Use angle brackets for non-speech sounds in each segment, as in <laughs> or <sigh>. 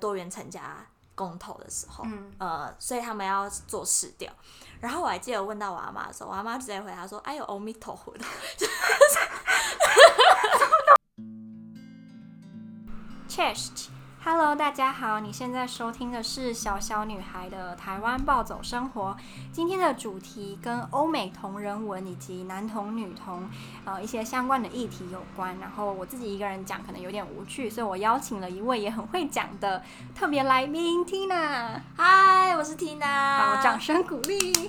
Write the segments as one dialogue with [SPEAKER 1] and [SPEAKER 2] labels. [SPEAKER 1] 多元成家公投的时候，
[SPEAKER 2] 嗯
[SPEAKER 1] 呃，所以他们要做试调。然后我还记得问到我阿妈的时候，我阿妈直接回答说：“哎呦，阿弥陀佛的。 <laughs>
[SPEAKER 2] Chest。Hello，大家好，你现在收听的是小小女孩的台湾暴走生活。今天的主题跟欧美同人文以及男童女童呃一些相关的议题有关。然后我自己一个人讲可能有点无趣，所以我邀请了一位也很会讲的特别来宾 Tina。”
[SPEAKER 1] 嗨，我是 Tina。
[SPEAKER 2] 好，掌声鼓励。耶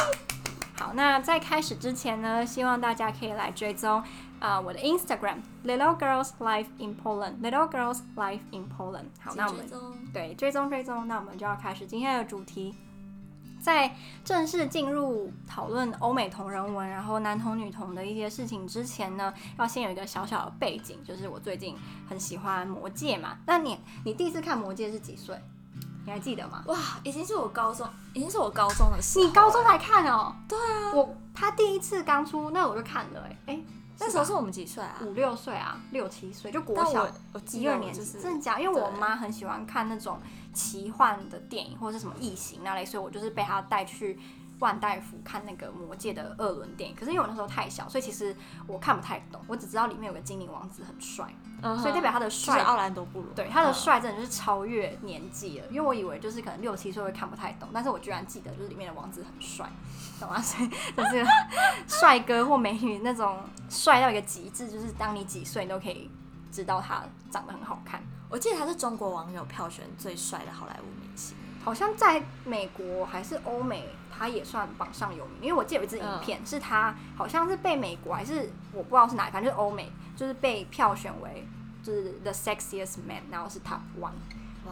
[SPEAKER 2] <laughs> 好，那在开始之前呢，希望大家可以来追踪啊、呃我的 Instagram Little Girls Life in Poland Little Girls Life in Poland。好，那我们
[SPEAKER 1] 请追踪
[SPEAKER 2] 对追踪追踪，那我们就要开始今天的主题。在正式进入讨论欧美同人文，然后男童女童的一些事情之前呢，要先有一个小小的背景，就是我最近很喜欢《魔戒》嘛。那你你第一次看《魔戒》是几岁？你还记得吗？
[SPEAKER 1] 哇，已经是我高中，已经是我高中的事。
[SPEAKER 2] 你高中才看哦？对啊，我他第一次刚出那我就看了、欸，哎、
[SPEAKER 1] 那时候是我们几岁啊？
[SPEAKER 2] 五六岁啊，六七岁就国
[SPEAKER 1] 但
[SPEAKER 2] 小
[SPEAKER 1] 我我记
[SPEAKER 2] 一
[SPEAKER 1] 得
[SPEAKER 2] 二
[SPEAKER 1] 我
[SPEAKER 2] 年
[SPEAKER 1] 就
[SPEAKER 2] 级，
[SPEAKER 1] 是
[SPEAKER 2] 真的假的？因为我
[SPEAKER 1] 对
[SPEAKER 2] 妈很喜欢看那种奇幻的电影或者是什么异形啊那类，所以我就是被她带去。万代福看那个《魔戒》的二轮电影，可是因为我那时候太小，所以其实我看不太懂。我只知道里面有个精灵王子很帅，
[SPEAKER 1] 嗯哼
[SPEAKER 2] 所以代表他的
[SPEAKER 1] 就是
[SPEAKER 2] 帅
[SPEAKER 1] 奥兰多布鲁。
[SPEAKER 2] 对，他的
[SPEAKER 1] 嗯
[SPEAKER 2] 帅真的就是超越年纪了，因为我以为就是可能六七岁会看不太懂，但是我居然记得就是里面的王子很帅，懂吗？所以 <laughs> 就是帅哥或美女那种帅到一个极致，就是当你几岁你都可以知道他长得很好看。
[SPEAKER 1] 我记得他是中国网友票选最帅的好莱坞明星。
[SPEAKER 2] 好像在美国还是欧美，他也算榜上有名。因为我记得有一支影片、是他好像是被美国还是我不知道是哪，反正就是欧美就是被票选为就是 the sexiest man，然后是 top one，
[SPEAKER 1] 哇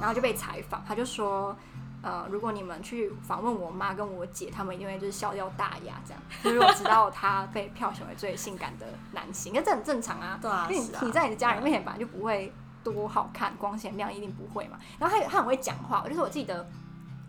[SPEAKER 2] 然后就被采访，他就说。呃，如果你们去访问我妈跟我姐，他们一定会就是笑掉大牙这样。就是我知道他被票选为最性感的男性，那这很正常啊。
[SPEAKER 1] 对啊
[SPEAKER 2] 因为你
[SPEAKER 1] 是啊
[SPEAKER 2] 你在你的家人面前本来就不会多好看，光鲜亮丽一定不会嘛。然后他也他很会讲话，就是我记得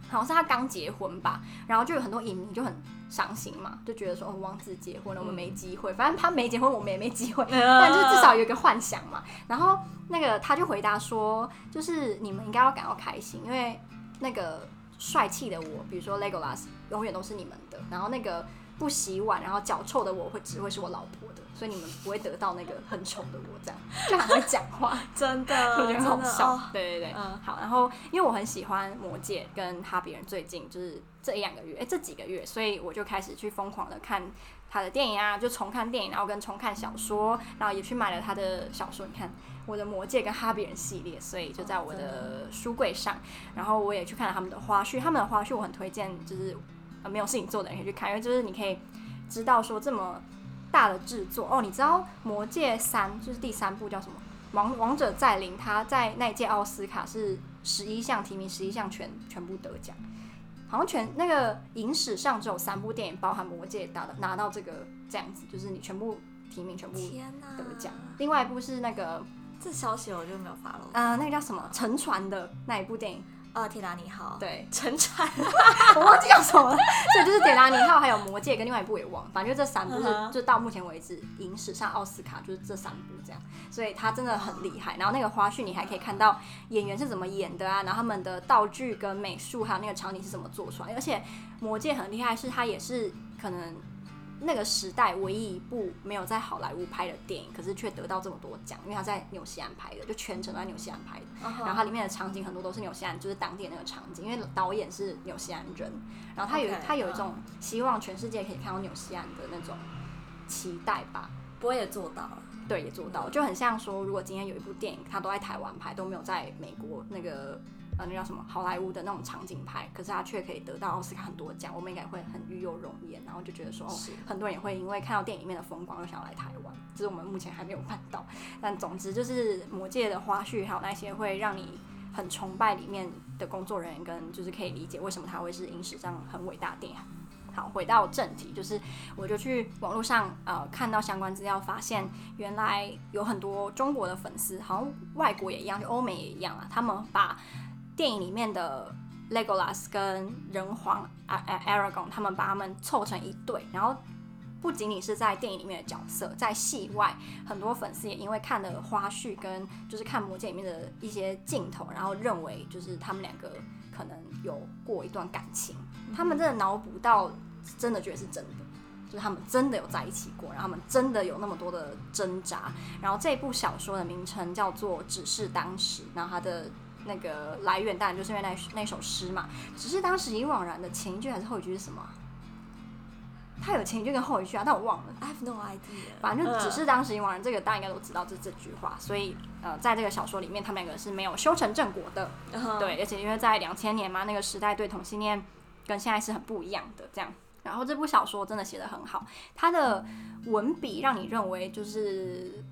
[SPEAKER 2] 好像是他刚结婚吧，然后就有很多影迷就很伤心嘛，就觉得说哦，王子结婚了，我们
[SPEAKER 1] 嗯
[SPEAKER 2] 没机会。反正他没结婚，我们也没机会， <laughs> 但
[SPEAKER 1] 但
[SPEAKER 2] 就至少有一个幻想嘛。然后那个他就回答说，就是你们应该要感到开心，因为那个帅气的我，比如说 Legolas，永远都是你们的。然后那个不洗碗然后脚臭的我会只会是我老婆的，所以你们不会得到那个很丑的我这样，就很会讲话。
[SPEAKER 1] 真的，
[SPEAKER 2] 我觉得很好
[SPEAKER 1] 真的
[SPEAKER 2] 笑。
[SPEAKER 1] 哦
[SPEAKER 2] 对对对，
[SPEAKER 1] 嗯
[SPEAKER 2] 好。然后因为我很喜欢《魔戒》跟《哈比人》，最近就是这一两个月，哎、这几个月，所以我就开始去疯狂的看他的电影啊，就重看电影，然后跟重看小说，然后也去买了他的小说。你看我的《魔戒》跟《哈比人》系列，所以就在我
[SPEAKER 1] 哦
[SPEAKER 2] 的书柜上。然后我也去看了他们的花絮，他们的花絮我很推荐，就是呃没有事情做的人可以去看，因为就是你可以知道说这么大的制作哦。你知道《魔戒三》就是第三部叫什么？王王者再临，他在那一届奥斯卡是十一项提名，十一项全全部得奖，好像全那个影史上只有三部电影包含《魔戒》拿到拿到这个这样子，就是你全部提名全部
[SPEAKER 1] 天啊哪，
[SPEAKER 2] 得奖。另外一部是那个
[SPEAKER 1] 这消息我就没有发了。
[SPEAKER 2] 呃那个叫什么沉船的那一部电影，
[SPEAKER 1] 呃，铁达尼号，，
[SPEAKER 2] 对，
[SPEAKER 1] 沉船，
[SPEAKER 2] <laughs> 我忘记叫什么了。所以就是《铁达尼号》还有《魔戒》跟另外一部也忘了，反正就这三部是、
[SPEAKER 1] 嗯哼
[SPEAKER 2] 就到目前为止影史上奥斯卡就是这三部这样，所以他真的很厉害。然后那个花絮你还可以看到演员是怎么演的啊，然后他们的道具跟美术还有那个场景是怎么做出来，而且《魔戒》很厉害，是它也是可能。那个时代唯一一部没有在好莱坞拍的电影，可是却得到这么多奖，因为它在纽西兰拍的，就全程都在纽西兰拍的。
[SPEAKER 1] 嗯
[SPEAKER 2] 然后它里面的场景很多都是纽西兰，就是当地的那个场景，因为导演是纽西兰人，然后他有
[SPEAKER 1] OK，
[SPEAKER 2] 他有一种希望全世界可以看到纽西兰的那种期待吧，
[SPEAKER 1] 不会也做到了，
[SPEAKER 2] 对，也做到，就很像说，如果今天有一部电影，它都在台湾拍，都没有在美国那个呃那叫什么好莱坞的那种场景拍，可是它却可以得到奥斯卡很多奖，我们应该会很与有荣焉，然后就觉得说，哦，
[SPEAKER 1] 是
[SPEAKER 2] 很多人也会因为看到电影里面的风光而想要来台湾，只是我们目前还没有办到。 <laughs> 但总之就是《魔界的花絮，还有那些会让你很崇拜里面的工作人员，跟就是可以理解为什么它会是影史上很伟大的电影。好，回到正题，就是我就去网络上呃看到相关资料，发现原来有很多中国的粉丝，好像外国也一样，就欧美也一样啊，他们把电影里面的 Legolas 跟人皇啊啊 Aragorn，他们把他们凑成一对，然后不仅仅是在电影里面的角色，在戏外，很多粉丝也因为看了花絮跟就是看《魔戒》里面的一些镜头，然后认为就是他们两个可能有过一段感情，他们真的脑补到真的觉得是真的，就是他们真的有在一起过，然后他们真的有那么多的挣扎。然后这部小说的名称叫做《只是当时》，然后它的。那个来源当然就是因为那那首诗嘛，只是当时已惘然的前一句还是后一句是什么啊？它有前一句跟后一句啊，但我忘了。
[SPEAKER 1] I have no idea。
[SPEAKER 2] 反正就只
[SPEAKER 1] 嗯
[SPEAKER 2] 是当时已惘然，这个大家应该都知道这这句话，所以呃，在这个小说里面，他们两个是没有修成正果的。
[SPEAKER 1] 嗯
[SPEAKER 2] 对，而且因为在两千年嘛，那个时代对同性恋跟现在是很不一样的这样。然后这部小说真的写得很好，它的文笔让你认为就是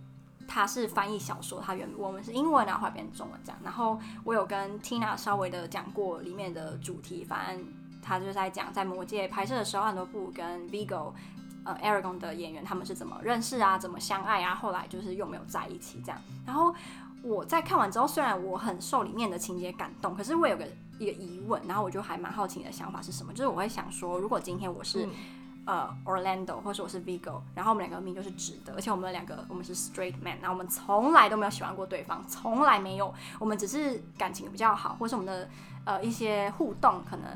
[SPEAKER 2] 它是翻译小说，它原文文是英文啊，后来变中文这样。然后我有跟 Tina 稍微的讲过里面的主题，反正他就是在讲在《魔戒》拍摄的时候，很多部跟 Vigo。呃，Aragon 的演员他们是怎么认识啊，怎么相爱啊，后来就是又没有在一起这样。然后我在看完之后，虽然我很受里面的情节感动，可是我有个一个疑问，然后我就还蛮好奇你的想法是什么，就是我会想说，如果今天我是、
[SPEAKER 1] 嗯
[SPEAKER 2] 呃 Orlando 或者我是 Vigo，然后我们两个命就是直的，而且我们两个我们是 straight man，然后我们从来都没有喜欢过对方，从来没有，我们只是感情比较好，或是我们的呃一些互动可能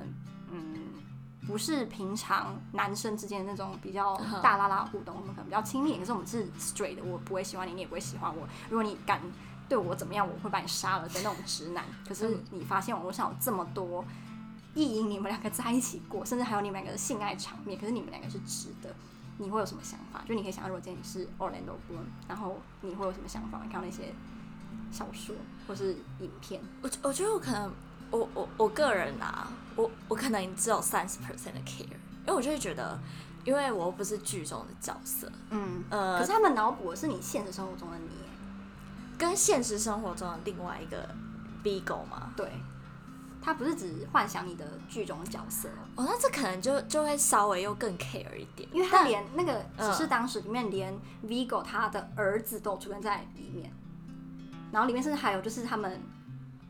[SPEAKER 2] 嗯不是平常男生之间的那种比较
[SPEAKER 1] 嗯
[SPEAKER 2] 大拉拉互动，我们可能比较亲密，可是我们是 straight 的，我不会喜欢你，你也不会喜欢我，如果你敢。对我怎么样，我会把你杀了的那种直男。可是
[SPEAKER 1] 嗯
[SPEAKER 2] 你发现网络上有这么多意淫你们两个在一起过，甚至还有你们两个的性爱场面，可是你们两个是直的，你会有什么想法？就你可以想象，如果今天你是 Orlando Bloom，然后你会有什么想法？你看到那些小说或是影片，
[SPEAKER 1] 我觉我觉得我可能我我我个人啊，我我可能只有三十 percent 的 care，因为我就会觉得，因为我又不是剧中的角色，
[SPEAKER 2] 嗯，可
[SPEAKER 1] 呃
[SPEAKER 2] 是，他们脑补的是你现实生活中的你耶，
[SPEAKER 1] 跟现实生活中的另外一个 Bigo 嘛，
[SPEAKER 2] 对，他不是只幻想你的剧中角色哦，
[SPEAKER 1] 哦，那这可能就就会稍微又更 care 一点，
[SPEAKER 2] 因为他
[SPEAKER 1] 但
[SPEAKER 2] 连那个
[SPEAKER 1] 嗯
[SPEAKER 2] 只是当时里面连 Vigo 他的儿子都有出现在里面，然后里面甚至还有就是他们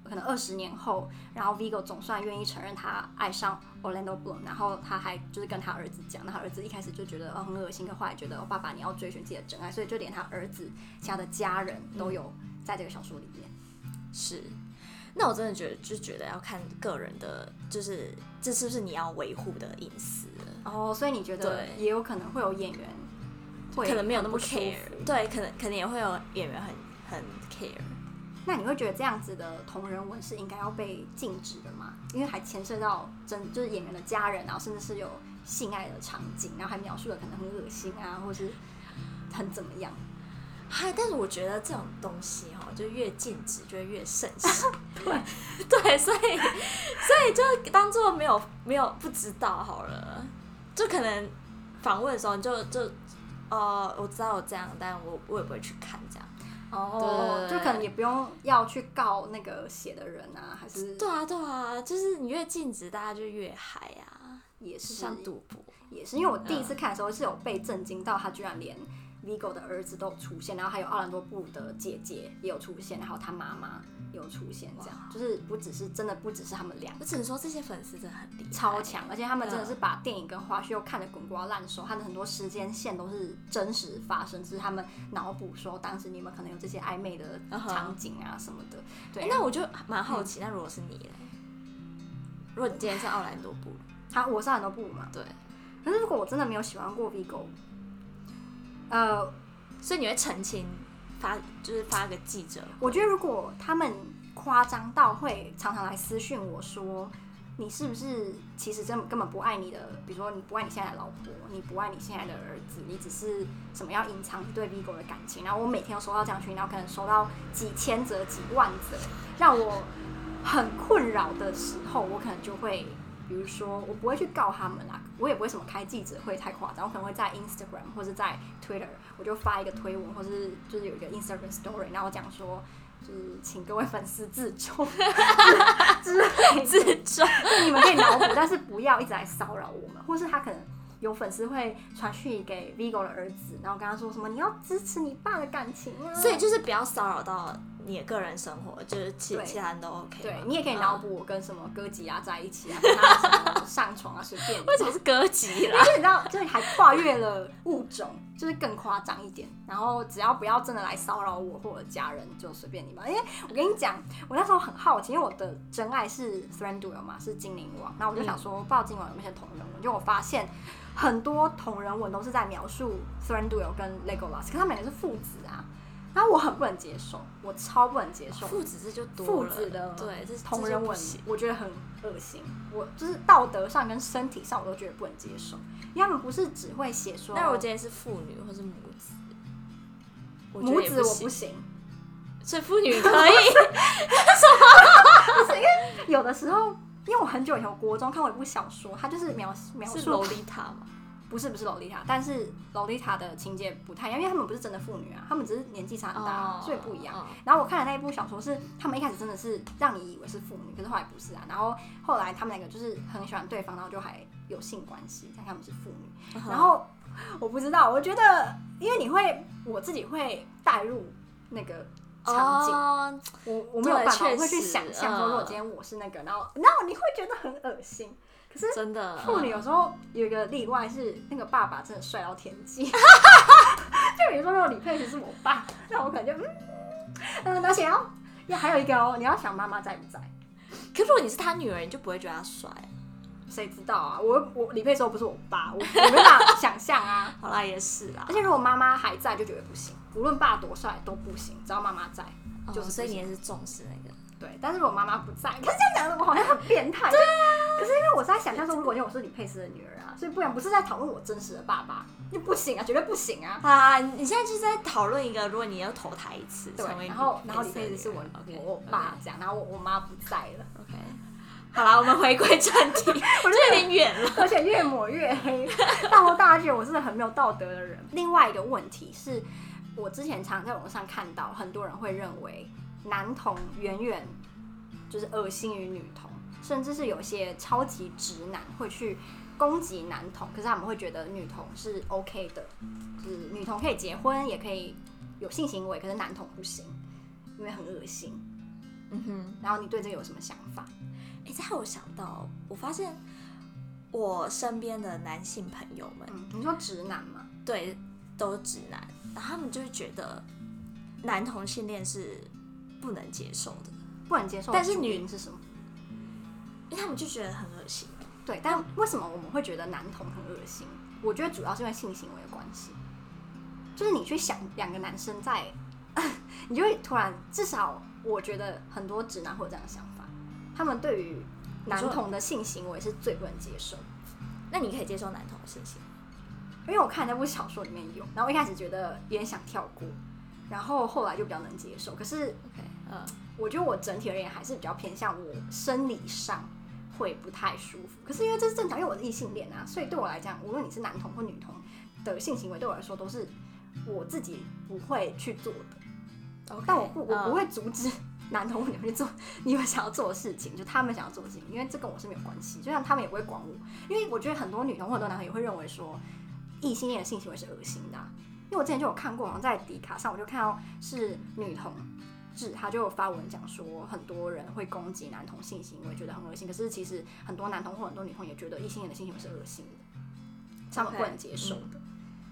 [SPEAKER 2] 可能二十年后，然后 Vigo 总算愿意承认他爱上 Orlando Bloom，然后他还就是跟他儿子讲，那他儿子一开始就觉得哦很恶心，可后来觉得哦爸爸你要追寻自己的真爱，所以就连他儿子其他的家人都有
[SPEAKER 1] 嗯
[SPEAKER 2] 在这个小说里面。
[SPEAKER 1] 是。那我真的觉得，就觉得要看个人的，就是这是不是你要维护的隐私了，
[SPEAKER 2] 哦，所以你觉得
[SPEAKER 1] 对
[SPEAKER 2] 也有可能会有演员会
[SPEAKER 1] 可能没有那
[SPEAKER 2] 很
[SPEAKER 1] 么
[SPEAKER 2] 不舒
[SPEAKER 1] care，
[SPEAKER 2] 服
[SPEAKER 1] 对，可能可能也会有演员很很 care，
[SPEAKER 2] 那你会觉得这样子的同人文是应该要被禁止的吗？因为还牵涉到真就是演员的家人，然后甚至是有性爱的场景，然后还描述的可能很恶心啊，或是很怎么样。
[SPEAKER 1] 嗨，但是我觉得这种东西哈、就越禁止就会越盛行。 <laughs> 对对，所以所以就当做没有没有不知道好了。就可能访问的时候你就就哦、我知道我这样，但我我也不会去看这样。
[SPEAKER 2] 哦就
[SPEAKER 1] 对
[SPEAKER 2] 可能也不用要去告那个写的人啊，还是
[SPEAKER 1] 对啊对啊，就是你越禁止，大家就越嗨啊，
[SPEAKER 2] 也
[SPEAKER 1] 就是像赌博。
[SPEAKER 2] 也是，因为我第一次看的时候是有被震惊到，他居然连 Vigo 的儿子都有出现，然后还有奥兰多布的姐姐也有出现，然后他妈妈也有出现，这样就是不只是真的不只是他们两个。
[SPEAKER 1] 我只能说这些粉丝真的很厉害，
[SPEAKER 2] 超强，而且他们真的是把电影跟花絮又看得滚瓜烂熟，他的很多时间线都是真实发生，只是他们脑补说当时你们可能有这些暧昧的
[SPEAKER 1] 嗯哼
[SPEAKER 2] 场景啊什么的。
[SPEAKER 1] 诶。
[SPEAKER 2] 对，
[SPEAKER 1] 那我就蛮好奇，那如果是你嘞？如果你今天是奥兰多布，
[SPEAKER 2] 他我是很多部嘛，
[SPEAKER 1] 对，
[SPEAKER 2] 可是如果我真的没有喜欢过 Vigo，呃，
[SPEAKER 1] 所以你会澄清发，就是发个记者，
[SPEAKER 2] 我觉得如果他们夸张到会常常来私讯我说。你是不是其实真根本不爱你的？比如说你不爱你现在的老婆，你不爱你现在的儿子，你只是什么要隐藏你对 Vigo 的感情。然后我每天都收到这样的讯息，然后可能收到几千则、几万则，让我很困扰的时候，我可能就会，比如说我不会去告他们啦，我也不会什么开记者会太夸张，我可能会在 Instagram 或是在 Twitter，我就发一个推文，或是就是有一个 Instagram story，然后讲说。就是请各位粉丝自重 <laughs> 之类的，
[SPEAKER 1] 自传， <laughs>
[SPEAKER 2] 你们可以脑补，但是不要一直来骚扰我们，或是他可能。有粉丝会传讯给 Vigo 的儿子，然后跟他说什么你要支持你爸的感情啊，
[SPEAKER 1] 所以就是不要骚扰到你的个人生活，就是其
[SPEAKER 2] 对
[SPEAKER 1] 其他人都 OK
[SPEAKER 2] 对
[SPEAKER 1] 吗
[SPEAKER 2] 你也可以
[SPEAKER 1] 嗯
[SPEAKER 2] 脑补我跟什么哥吉拉在一起啊，跟他什么上床啊，随便。
[SPEAKER 1] 为什么是歌姬
[SPEAKER 2] 而
[SPEAKER 1] 啦？
[SPEAKER 2] 且你知道，就是还跨越了物种，就是更夸张一点。然后只要不要真的来骚扰我或者家人，就随便你吧。因为我跟你讲，我那时候很好奇，因为我的真爱是 Thranduil 嘛，是精灵王。那我就想说，不知道精灵王有没有一些同人文？就我发现很多同人文都是在描述 Thranduil 跟 Legolas，可是他们两个是父子啊。然后我很不能接受，我超不能接
[SPEAKER 1] <laughs>
[SPEAKER 2] 受。
[SPEAKER 1] 父子这就多
[SPEAKER 2] 父
[SPEAKER 1] 了，
[SPEAKER 2] 子的
[SPEAKER 1] 对，这
[SPEAKER 2] 同人
[SPEAKER 1] 这就
[SPEAKER 2] 文
[SPEAKER 1] 不行，
[SPEAKER 2] 我觉得很恶心。我就是道德上跟身体上，我都觉得不能接受。因为他们不是只会写说，
[SPEAKER 1] 那如果今天是父女或是母子，我觉
[SPEAKER 2] 母
[SPEAKER 1] 得也
[SPEAKER 2] 子我
[SPEAKER 1] 行
[SPEAKER 2] 不行， <laughs>
[SPEAKER 1] 所以父女可 <laughs> 以，
[SPEAKER 2] 有的时候。因为我很久以前，我国中看过一部小说，它就是描描
[SPEAKER 1] 是
[SPEAKER 2] 述
[SPEAKER 1] 洛丽塔嘛？
[SPEAKER 2] 不是不是洛丽塔，但是洛丽塔的情节不太一样，因为他们不是真的父女啊，他们只是年纪差
[SPEAKER 1] 哦
[SPEAKER 2] 很大，所以不一样。
[SPEAKER 1] 样。
[SPEAKER 2] 然后我看的那一部小说是，他们一开始真的是让你以为是父女，可是后来不是啊。然后后来他们两个就是很喜欢对方，然后就还有性关系，但他们是父女。
[SPEAKER 1] 嗯
[SPEAKER 2] 然后我不知道，我觉得因为你会，我自己会带入那个场景，
[SPEAKER 1] 哦，
[SPEAKER 2] 我我没有办法，
[SPEAKER 1] 对确实
[SPEAKER 2] 我会去想象说，
[SPEAKER 1] 嗯
[SPEAKER 2] 如果今天我是那个，然后然后你会觉得很恶心。可是
[SPEAKER 1] 真的
[SPEAKER 2] 父女
[SPEAKER 1] 嗯
[SPEAKER 2] 有时候有一个例外是，那个爸爸真的帅到天际。 <laughs> 就比如说，如果李佩慈是我爸，那我可能就嗯嗯，而且要要还有一个哦，你要想妈妈在不在，
[SPEAKER 1] 可如果你是他女儿，你就不会觉得他帅。
[SPEAKER 2] 谁知道啊？我我李佩慈又不是我爸，我我没办法想象啊。 <laughs>
[SPEAKER 1] 好啦，也是啦
[SPEAKER 2] 而，且如果妈妈还在，就觉得不行，无论爸多帅都不行，只要妈妈在。
[SPEAKER 1] 哦
[SPEAKER 2] 嗯就是不
[SPEAKER 1] 所以你
[SPEAKER 2] 行
[SPEAKER 1] 也是重视那个。
[SPEAKER 2] 对，但是如果妈妈不在，可是这样讲的我好像很变态。对啊。可是因为我是在想象说，如果因为我是李佩斯的女儿啊，所以不然不是在讨论我真实的爸爸，就不行啊，绝对不行啊。
[SPEAKER 1] 啊，你现在就是在讨论一个，如果你要投胎一次，
[SPEAKER 2] 对
[SPEAKER 1] 成为，
[SPEAKER 2] 然后
[SPEAKER 1] 你
[SPEAKER 2] 然后
[SPEAKER 1] 你
[SPEAKER 2] 李佩斯是我
[SPEAKER 1] OK，
[SPEAKER 2] 我爸这样，然后我我妈不在了，
[SPEAKER 1] OK。好啦，我们回归正
[SPEAKER 2] <laughs>
[SPEAKER 1] 题，我觉得有点远了。
[SPEAKER 2] 而且越抹越黑。 <laughs> 到大学我是很没有道德的人。另外一个问题是，我之前常在网上看到很多人会认为男童远远就是恶心于女童，甚至是有些超级直男会去攻击男童，可是他们会觉得女童是 OK 的，就是女童可以结婚，也可以有性行为，可是男童不行，因为很恶心。
[SPEAKER 1] 嗯哼。
[SPEAKER 2] 然后你对这个有什么想法？
[SPEAKER 1] 哎、这让我想到，我发现我身边的男性朋友们，
[SPEAKER 2] 嗯，你说直男吗？
[SPEAKER 1] 对，都是直男，然后他们就会觉得男同性恋是不能接受的，
[SPEAKER 2] 不能接受，
[SPEAKER 1] 但是
[SPEAKER 2] 女
[SPEAKER 1] 女
[SPEAKER 2] 人是什么？
[SPEAKER 1] 因为他们就觉得很恶心。
[SPEAKER 2] 对，但为什么我们会觉得男同很恶心？我觉得主要是因为性行为的关系，就是你去想两个男生在， <laughs> 你就会突然，至少我觉得很多直男会有这样的想法，他们对于男同的性行为是最不能接受。
[SPEAKER 1] 那你可以接受男同性行为？
[SPEAKER 2] 因为我看那部小说里面有，然后我一开始觉得有点想跳过，然后后来就比较能接受。可是
[SPEAKER 1] OK，嗯，
[SPEAKER 2] 我觉得我整体而言还是比较偏向我生理上会不太舒服，可是因为这是正常，因为我是异性恋啊，所以对我来讲，无论你是男同或女同的性行为，对我来说都是我自己不会去做的。但我不，
[SPEAKER 1] 嗯
[SPEAKER 2] 我不会阻止 <laughs> 男同或女同去做你们想要做的事情，就他们想要做的事情，因为这跟我是没有关系。就像他们也不会管我，因为我觉得很多女同或很多男同也会认为说异性恋的性行为是恶心的啊、因为我之前就有看过，好像在迪卡上我就看到是女同志，他就发文讲说，很多人会攻击男同性行为，觉得很恶心。可是其实很多男同或很多女同也觉得异性恋的性行为是恶心的，他们不能接受的。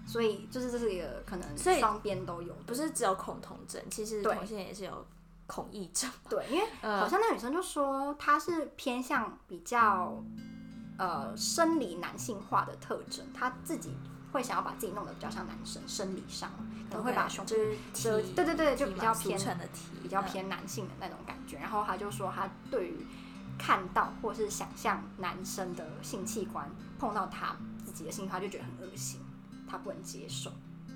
[SPEAKER 2] 所以就是这是一个可能
[SPEAKER 1] 嗯所以
[SPEAKER 2] 双边都有
[SPEAKER 1] 不
[SPEAKER 2] 的，
[SPEAKER 1] 是只有恐同症，其实
[SPEAKER 2] 对嗯
[SPEAKER 1] 同性恋也是有恐异症。
[SPEAKER 2] 对，因为好像那女生就说她是偏向比较呃生理男性化的特征，她自己会想要把自己弄得比较像男生，生理上可能会把胸
[SPEAKER 1] 就是
[SPEAKER 2] 遮，对对对，就比较偏
[SPEAKER 1] 纯的体，
[SPEAKER 2] 比较偏男性的那种感觉。然后她就说她对于看到或是想象男生的性器官碰到她自己的性器官，她就觉得很恶心，她不能接受，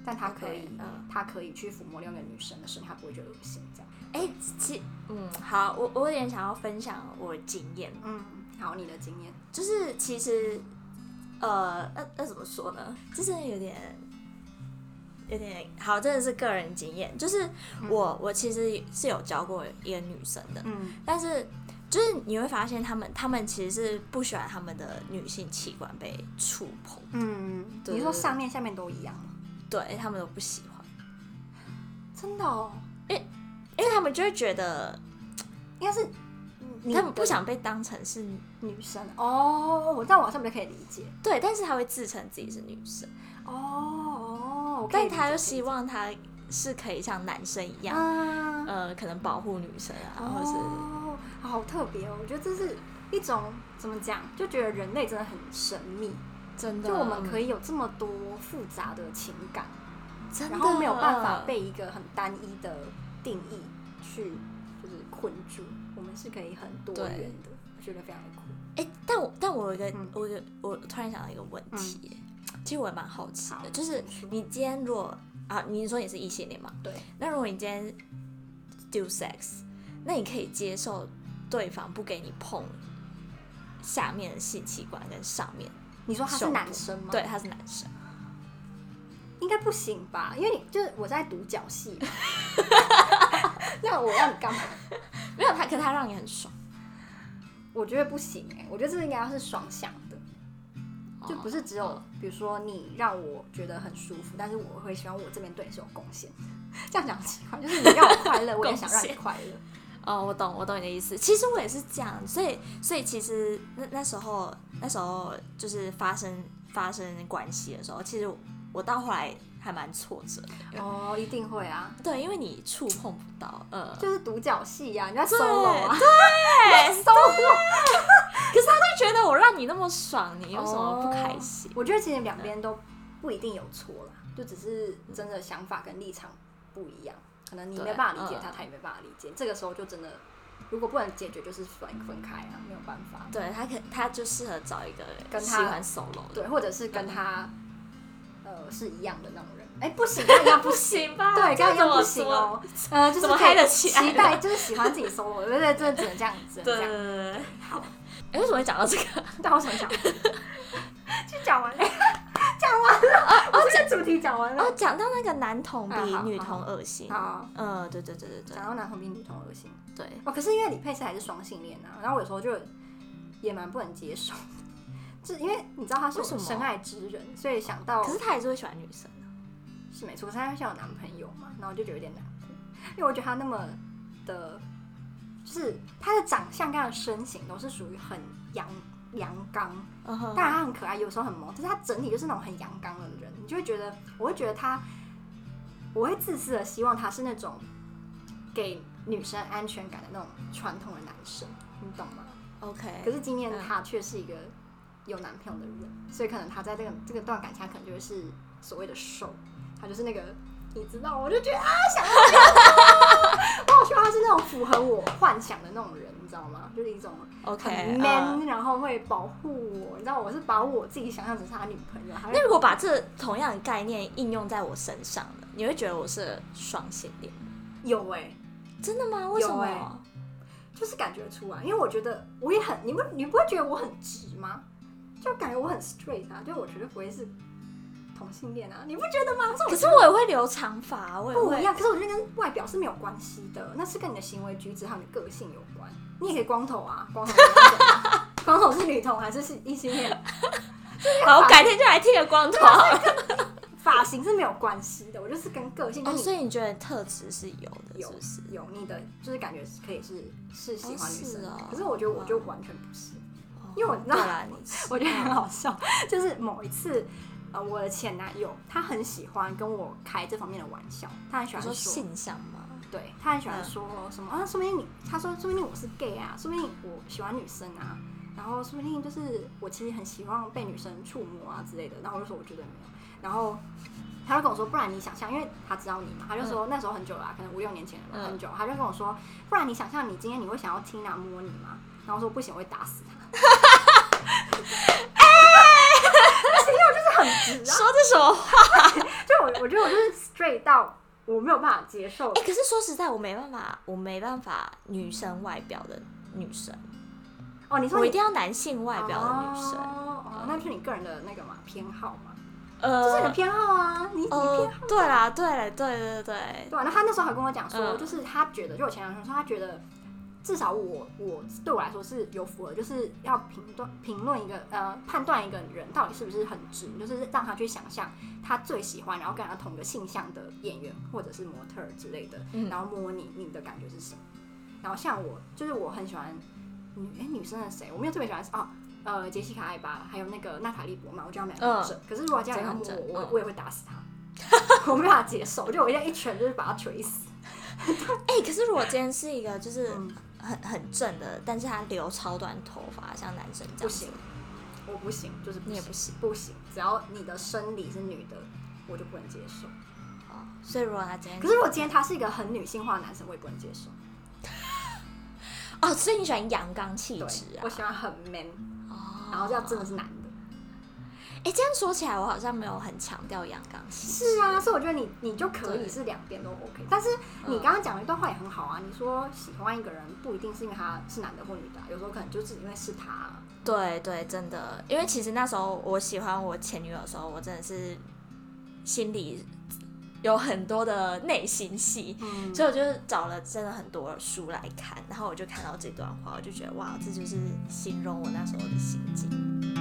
[SPEAKER 2] 但她可以
[SPEAKER 1] OK，嗯
[SPEAKER 2] 她可以去抚摸另外一个女生的身体，她不会觉得恶心这样。
[SPEAKER 1] 哎、其嗯，好，我我有点想要分享我的经验，
[SPEAKER 2] 嗯，好，你的经验。
[SPEAKER 1] 就是其实，呃，那那怎么说呢？就是有点，有点好，真的是个人经验。就是我、我其实是有教过一个女生的，
[SPEAKER 2] 嗯
[SPEAKER 1] 但是就是你会发现，她们她们其实是不喜欢她们的女性器官被触碰，
[SPEAKER 2] 嗯，
[SPEAKER 1] 对
[SPEAKER 2] 你说上面下面都一样吗？
[SPEAKER 1] 对她们都不喜欢。
[SPEAKER 2] 真的哦，
[SPEAKER 1] 因为他们就会觉得
[SPEAKER 2] 应该是你
[SPEAKER 1] 他们不
[SPEAKER 2] 的
[SPEAKER 1] 想被当成是
[SPEAKER 2] 女生哦，我在网上比较可以理解
[SPEAKER 1] 对，但是他会自称自己是女生，
[SPEAKER 2] 哦哦，我可以
[SPEAKER 1] 但
[SPEAKER 2] 理解
[SPEAKER 1] 他
[SPEAKER 2] 可以
[SPEAKER 1] 又
[SPEAKER 2] 理
[SPEAKER 1] 希
[SPEAKER 2] 解
[SPEAKER 1] 望他是可以像男生一样，
[SPEAKER 2] 啊，
[SPEAKER 1] 呃，可能保护女生啊，或者是
[SPEAKER 2] 哦，好特别哦，我觉得这是一种怎么讲，就觉得人类真的很神秘，
[SPEAKER 1] 真
[SPEAKER 2] 就我们可
[SPEAKER 1] 以
[SPEAKER 2] 以有这么多复杂的情感，
[SPEAKER 1] 真的
[SPEAKER 2] 然后没有办法被一个很单一的定义去就是困住，我们是可以很多
[SPEAKER 1] 对
[SPEAKER 2] 元的，我觉得非常的酷。
[SPEAKER 1] 哎、但我但我有一个，
[SPEAKER 2] 嗯
[SPEAKER 1] 我有我突然想到一个问题耶、其实我也蛮好奇
[SPEAKER 2] 好
[SPEAKER 1] 的，就是
[SPEAKER 2] 请说
[SPEAKER 1] 你今天如果啊，你说你是异性恋嘛？
[SPEAKER 2] 对，
[SPEAKER 1] 那如果你今天 do sex，那你可以接受对方不给你碰下面的性器官跟上面？
[SPEAKER 2] 你哦说他是
[SPEAKER 1] 胸部
[SPEAKER 2] 男生吗？
[SPEAKER 1] 对，，他是男生，
[SPEAKER 2] 应该不行吧？因为你就是我在独角戏
[SPEAKER 1] <laughs>
[SPEAKER 2] 嘛，那我让你干嘛？
[SPEAKER 1] 没有他，可他让你很爽，
[SPEAKER 2] 我觉得不行哎、我觉得这个应该要是双向的，就不
[SPEAKER 1] 是
[SPEAKER 2] 是只有比如说你让我觉得很舒服，但是我会希望我这边对你是有贡献。这样讲很奇怪，就是你让我
[SPEAKER 1] <laughs>
[SPEAKER 2] 快乐，我也想让你快乐。
[SPEAKER 1] 哦，我懂，我懂你的意思。其实我也是这样，所以所以其实那那时候那时候就是发生发生关系的时候，其实我我到后来还蛮挫折的，
[SPEAKER 2] 哦，一定会啊，
[SPEAKER 1] 对，因为你触碰不到，呃，
[SPEAKER 2] 就是独角戏呀、啊，你在
[SPEAKER 1] 对
[SPEAKER 2] solo 啊
[SPEAKER 1] 对，
[SPEAKER 2] ，solo。
[SPEAKER 1] 可是他就觉得我让你那么爽，你有什么不
[SPEAKER 2] 哦
[SPEAKER 1] 开心？
[SPEAKER 2] 我觉得其实两边都不一定有错啦，
[SPEAKER 1] 嗯
[SPEAKER 2] 就只是真的想法跟立场不一样，可能你
[SPEAKER 1] 对
[SPEAKER 2] 没办法理解
[SPEAKER 1] 嗯
[SPEAKER 2] 他，他也没办法理解。这个时候就真的，如果不能解决，就是分分开啊，没有办法。
[SPEAKER 1] 对他可他就适合找一个
[SPEAKER 2] 跟他
[SPEAKER 1] 喜欢 solo 的，
[SPEAKER 2] 对，或者是跟他、呃是一样的那种人。哎、不 <laughs> 行，跟他一样不
[SPEAKER 1] 不
[SPEAKER 2] 行。
[SPEAKER 1] 行吧？
[SPEAKER 2] 对，
[SPEAKER 1] 这
[SPEAKER 2] 跟他
[SPEAKER 1] 怎
[SPEAKER 2] 一样
[SPEAKER 1] 么
[SPEAKER 2] 不行
[SPEAKER 1] 说。
[SPEAKER 2] 哦。呃，就是
[SPEAKER 1] 怎么
[SPEAKER 2] 可以
[SPEAKER 1] 嗨得起来
[SPEAKER 2] 期待就是喜欢自己 solo，对对，这只能这样，只能
[SPEAKER 1] 对对 <laughs>
[SPEAKER 2] 这样。
[SPEAKER 1] 对对，
[SPEAKER 2] 好，
[SPEAKER 1] 哎，为什么会讲到这个？
[SPEAKER 2] 但我想
[SPEAKER 1] <laughs>
[SPEAKER 2] 讲， <laughs> 就讲完了，讲完了，我这个主题讲完了
[SPEAKER 1] 哦，。讲到那个男童比
[SPEAKER 2] 啊好
[SPEAKER 1] 女
[SPEAKER 2] 好
[SPEAKER 1] 童恶心。
[SPEAKER 2] 好，
[SPEAKER 1] 嗯，对对对对对
[SPEAKER 2] 讲到男同比女同恶心
[SPEAKER 1] 对，
[SPEAKER 2] 哦，可是因为李佩斯还是双性恋啊，然后我有时候就也蛮不能接受的，就是因为你知道他是
[SPEAKER 1] 为什
[SPEAKER 2] 我
[SPEAKER 1] 么
[SPEAKER 2] 深爱之人，所以想到
[SPEAKER 1] 可是他还是会喜欢女生啊。
[SPEAKER 2] 是没错，可是她现在有男朋友嘛，然后我就觉得有点难过，因为我觉得她那么的，就是她的长相跟她的身形都是属于很阳阳刚，
[SPEAKER 1] 嗯哼
[SPEAKER 2] 当然她很可爱，有时候很萌，但是她整体就是那种很阳刚的人，你就会觉得，我会觉得她，我会自私的希望她是那种给女生安全感的那种传统的男生，你懂吗？可
[SPEAKER 1] OK，
[SPEAKER 2] 是
[SPEAKER 1] 嗯
[SPEAKER 2] 今天她却是一个有男朋友的人，所以可能她在这个这个段感情，她可能就会是所谓的瘦，她就是那个你知道，我就觉得啊，想要这啊 <laughs> 样，我好希望她是那种符合我幻想的那种人，你知道吗？就是一种
[SPEAKER 1] OK 嗯
[SPEAKER 2] 很 man，、然后会保护我，你知道，我是把我自己想象成是她女朋友，她会
[SPEAKER 1] 那如果把这同样的概念应用在我身上呢？你会觉得我是双性恋？
[SPEAKER 2] 有哎、
[SPEAKER 1] 真的吗？为什么？
[SPEAKER 2] 欸就是感觉出来，因为我觉得我也很，你不你不会觉得我很直吗？就感觉我很 straight 啊，就我绝对不会是同性恋啊，你不觉得吗？可是我
[SPEAKER 1] 可是我也会留长发，我也
[SPEAKER 2] 不一
[SPEAKER 1] 会。
[SPEAKER 2] 样，可是我觉得跟外表是没有关系的，那是跟你的行为举止还有你的个性有关。你也可以光头
[SPEAKER 1] <laughs>
[SPEAKER 2] 啊，光头是一种啊，光头是女同还是是异性恋？
[SPEAKER 1] <laughs> 好，我改天就来剃个
[SPEAKER 2] <laughs>
[SPEAKER 1] 光头好了。
[SPEAKER 2] 发型是没有关系的，我就是跟个性跟
[SPEAKER 1] 哦，
[SPEAKER 2] 你
[SPEAKER 1] 所以你觉得特质是有的，
[SPEAKER 2] 有
[SPEAKER 1] 是不是？
[SPEAKER 2] 有你的，就是感觉是可以是是喜欢女生的
[SPEAKER 1] 哦是哦
[SPEAKER 2] 可是我觉得我就完全不是，因为我
[SPEAKER 1] 哦
[SPEAKER 2] 知
[SPEAKER 1] 对
[SPEAKER 2] 道
[SPEAKER 1] 啦，你嗯是
[SPEAKER 2] <laughs> 我觉得很好笑，就是某一次。呃，我的前男友他很喜欢跟我开这方面的玩笑，他很喜
[SPEAKER 1] 你
[SPEAKER 2] 欢
[SPEAKER 1] 说
[SPEAKER 2] 说
[SPEAKER 1] 性向吗？
[SPEAKER 2] 对他很喜欢说什么、啊，说不定你，他说说不定我是 gay 啊，说不定我喜欢女生啊，然后说不定就是我其实很希望被女生触摸啊之类的，然后我就说我觉得没有，然后他就跟我说，不然你想象，因为他知道你嘛，他就说、那时候很久了啊、可能五六年前了吧，
[SPEAKER 1] 嗯
[SPEAKER 2] 很久，他就跟我说，不然你想象你今天你会想要 Tina 摸你吗？然后我说不行，我会打死他。哎，其实我就是很直啊，
[SPEAKER 1] 说这什么话？
[SPEAKER 2] 就我我觉得我就是 straight 到我没有办法接受
[SPEAKER 1] 哎，可是说实在，我没办法，我没办法女生外表的女生，
[SPEAKER 2] 哦，你说
[SPEAKER 1] 我
[SPEAKER 2] 你
[SPEAKER 1] 一定要男性外表的女生。
[SPEAKER 2] 哦，哦那就是你个人的那个嘛偏好嘛，
[SPEAKER 1] 呃，
[SPEAKER 2] 就是你的偏好啊，你你偏
[SPEAKER 1] 呃
[SPEAKER 2] 好，
[SPEAKER 1] 对啦，对啦，对对对，
[SPEAKER 2] 啊对吧？那他那时候还跟我讲说，
[SPEAKER 1] 嗯
[SPEAKER 2] 就是他觉得，就我前两天说，他觉得至少我我对我来说是有符合，就是要评断评论一个呃判断一个人到底是不是很直，就是让他去想象他最喜欢，然后跟他同个性向的演员或者是模特儿之类的，
[SPEAKER 1] 嗯
[SPEAKER 2] 然后摸你，你的感觉是什么？然后像我，就是我很喜欢女哎、女生的谁，我没有特别喜欢哦，呃杰西卡艾巴，还有那个娜塔莉波曼，我觉得他们
[SPEAKER 1] 嗯
[SPEAKER 2] 俩很正。可是如果这样要摸
[SPEAKER 1] 真的很
[SPEAKER 2] 我，
[SPEAKER 1] 正
[SPEAKER 2] 我
[SPEAKER 1] 嗯
[SPEAKER 2] 我也会打死他， <laughs> 我没办法接受，就我一定要一拳就是把他锤死。
[SPEAKER 1] 哎、可是如果今天是一个就是
[SPEAKER 2] 嗯，
[SPEAKER 1] 很很正的，但是他留超短头发，像男生这
[SPEAKER 2] 不
[SPEAKER 1] 样子
[SPEAKER 2] 行，，我不行，就是不
[SPEAKER 1] 你也
[SPEAKER 2] 行
[SPEAKER 1] 不行
[SPEAKER 2] 不行，只要你的生理是女的，我就不能接受。
[SPEAKER 1] 哦。所以如果他今天
[SPEAKER 2] 可是如果今天他是一个很女性化的男生，我也不能接受。
[SPEAKER 1] 哦，所以你喜欢阳刚气
[SPEAKER 2] 对
[SPEAKER 1] 质，啊
[SPEAKER 2] 我？喜欢很 man，
[SPEAKER 1] 哦，
[SPEAKER 2] 然后要真的是男的。
[SPEAKER 1] 哎、这样说起来，我好像没有很强调阳刚气质。
[SPEAKER 2] 是啊，所以我觉得你你就可以
[SPEAKER 1] 对嗯
[SPEAKER 2] 是两边都 OK，但是你刚刚讲的一段话也很好啊，你说喜欢一个人不一定是因为他是男的或女的啊、有时候可能就是因为是他啊、
[SPEAKER 1] 对对，真的，因为其实那时候我喜欢我前女友的时候，我真的是心里有很多的内心戏，
[SPEAKER 2] 嗯
[SPEAKER 1] 所以我就找了真的很多书来看，然后我就看到这段话，我就觉得哇，这就是形容我那时候的心境。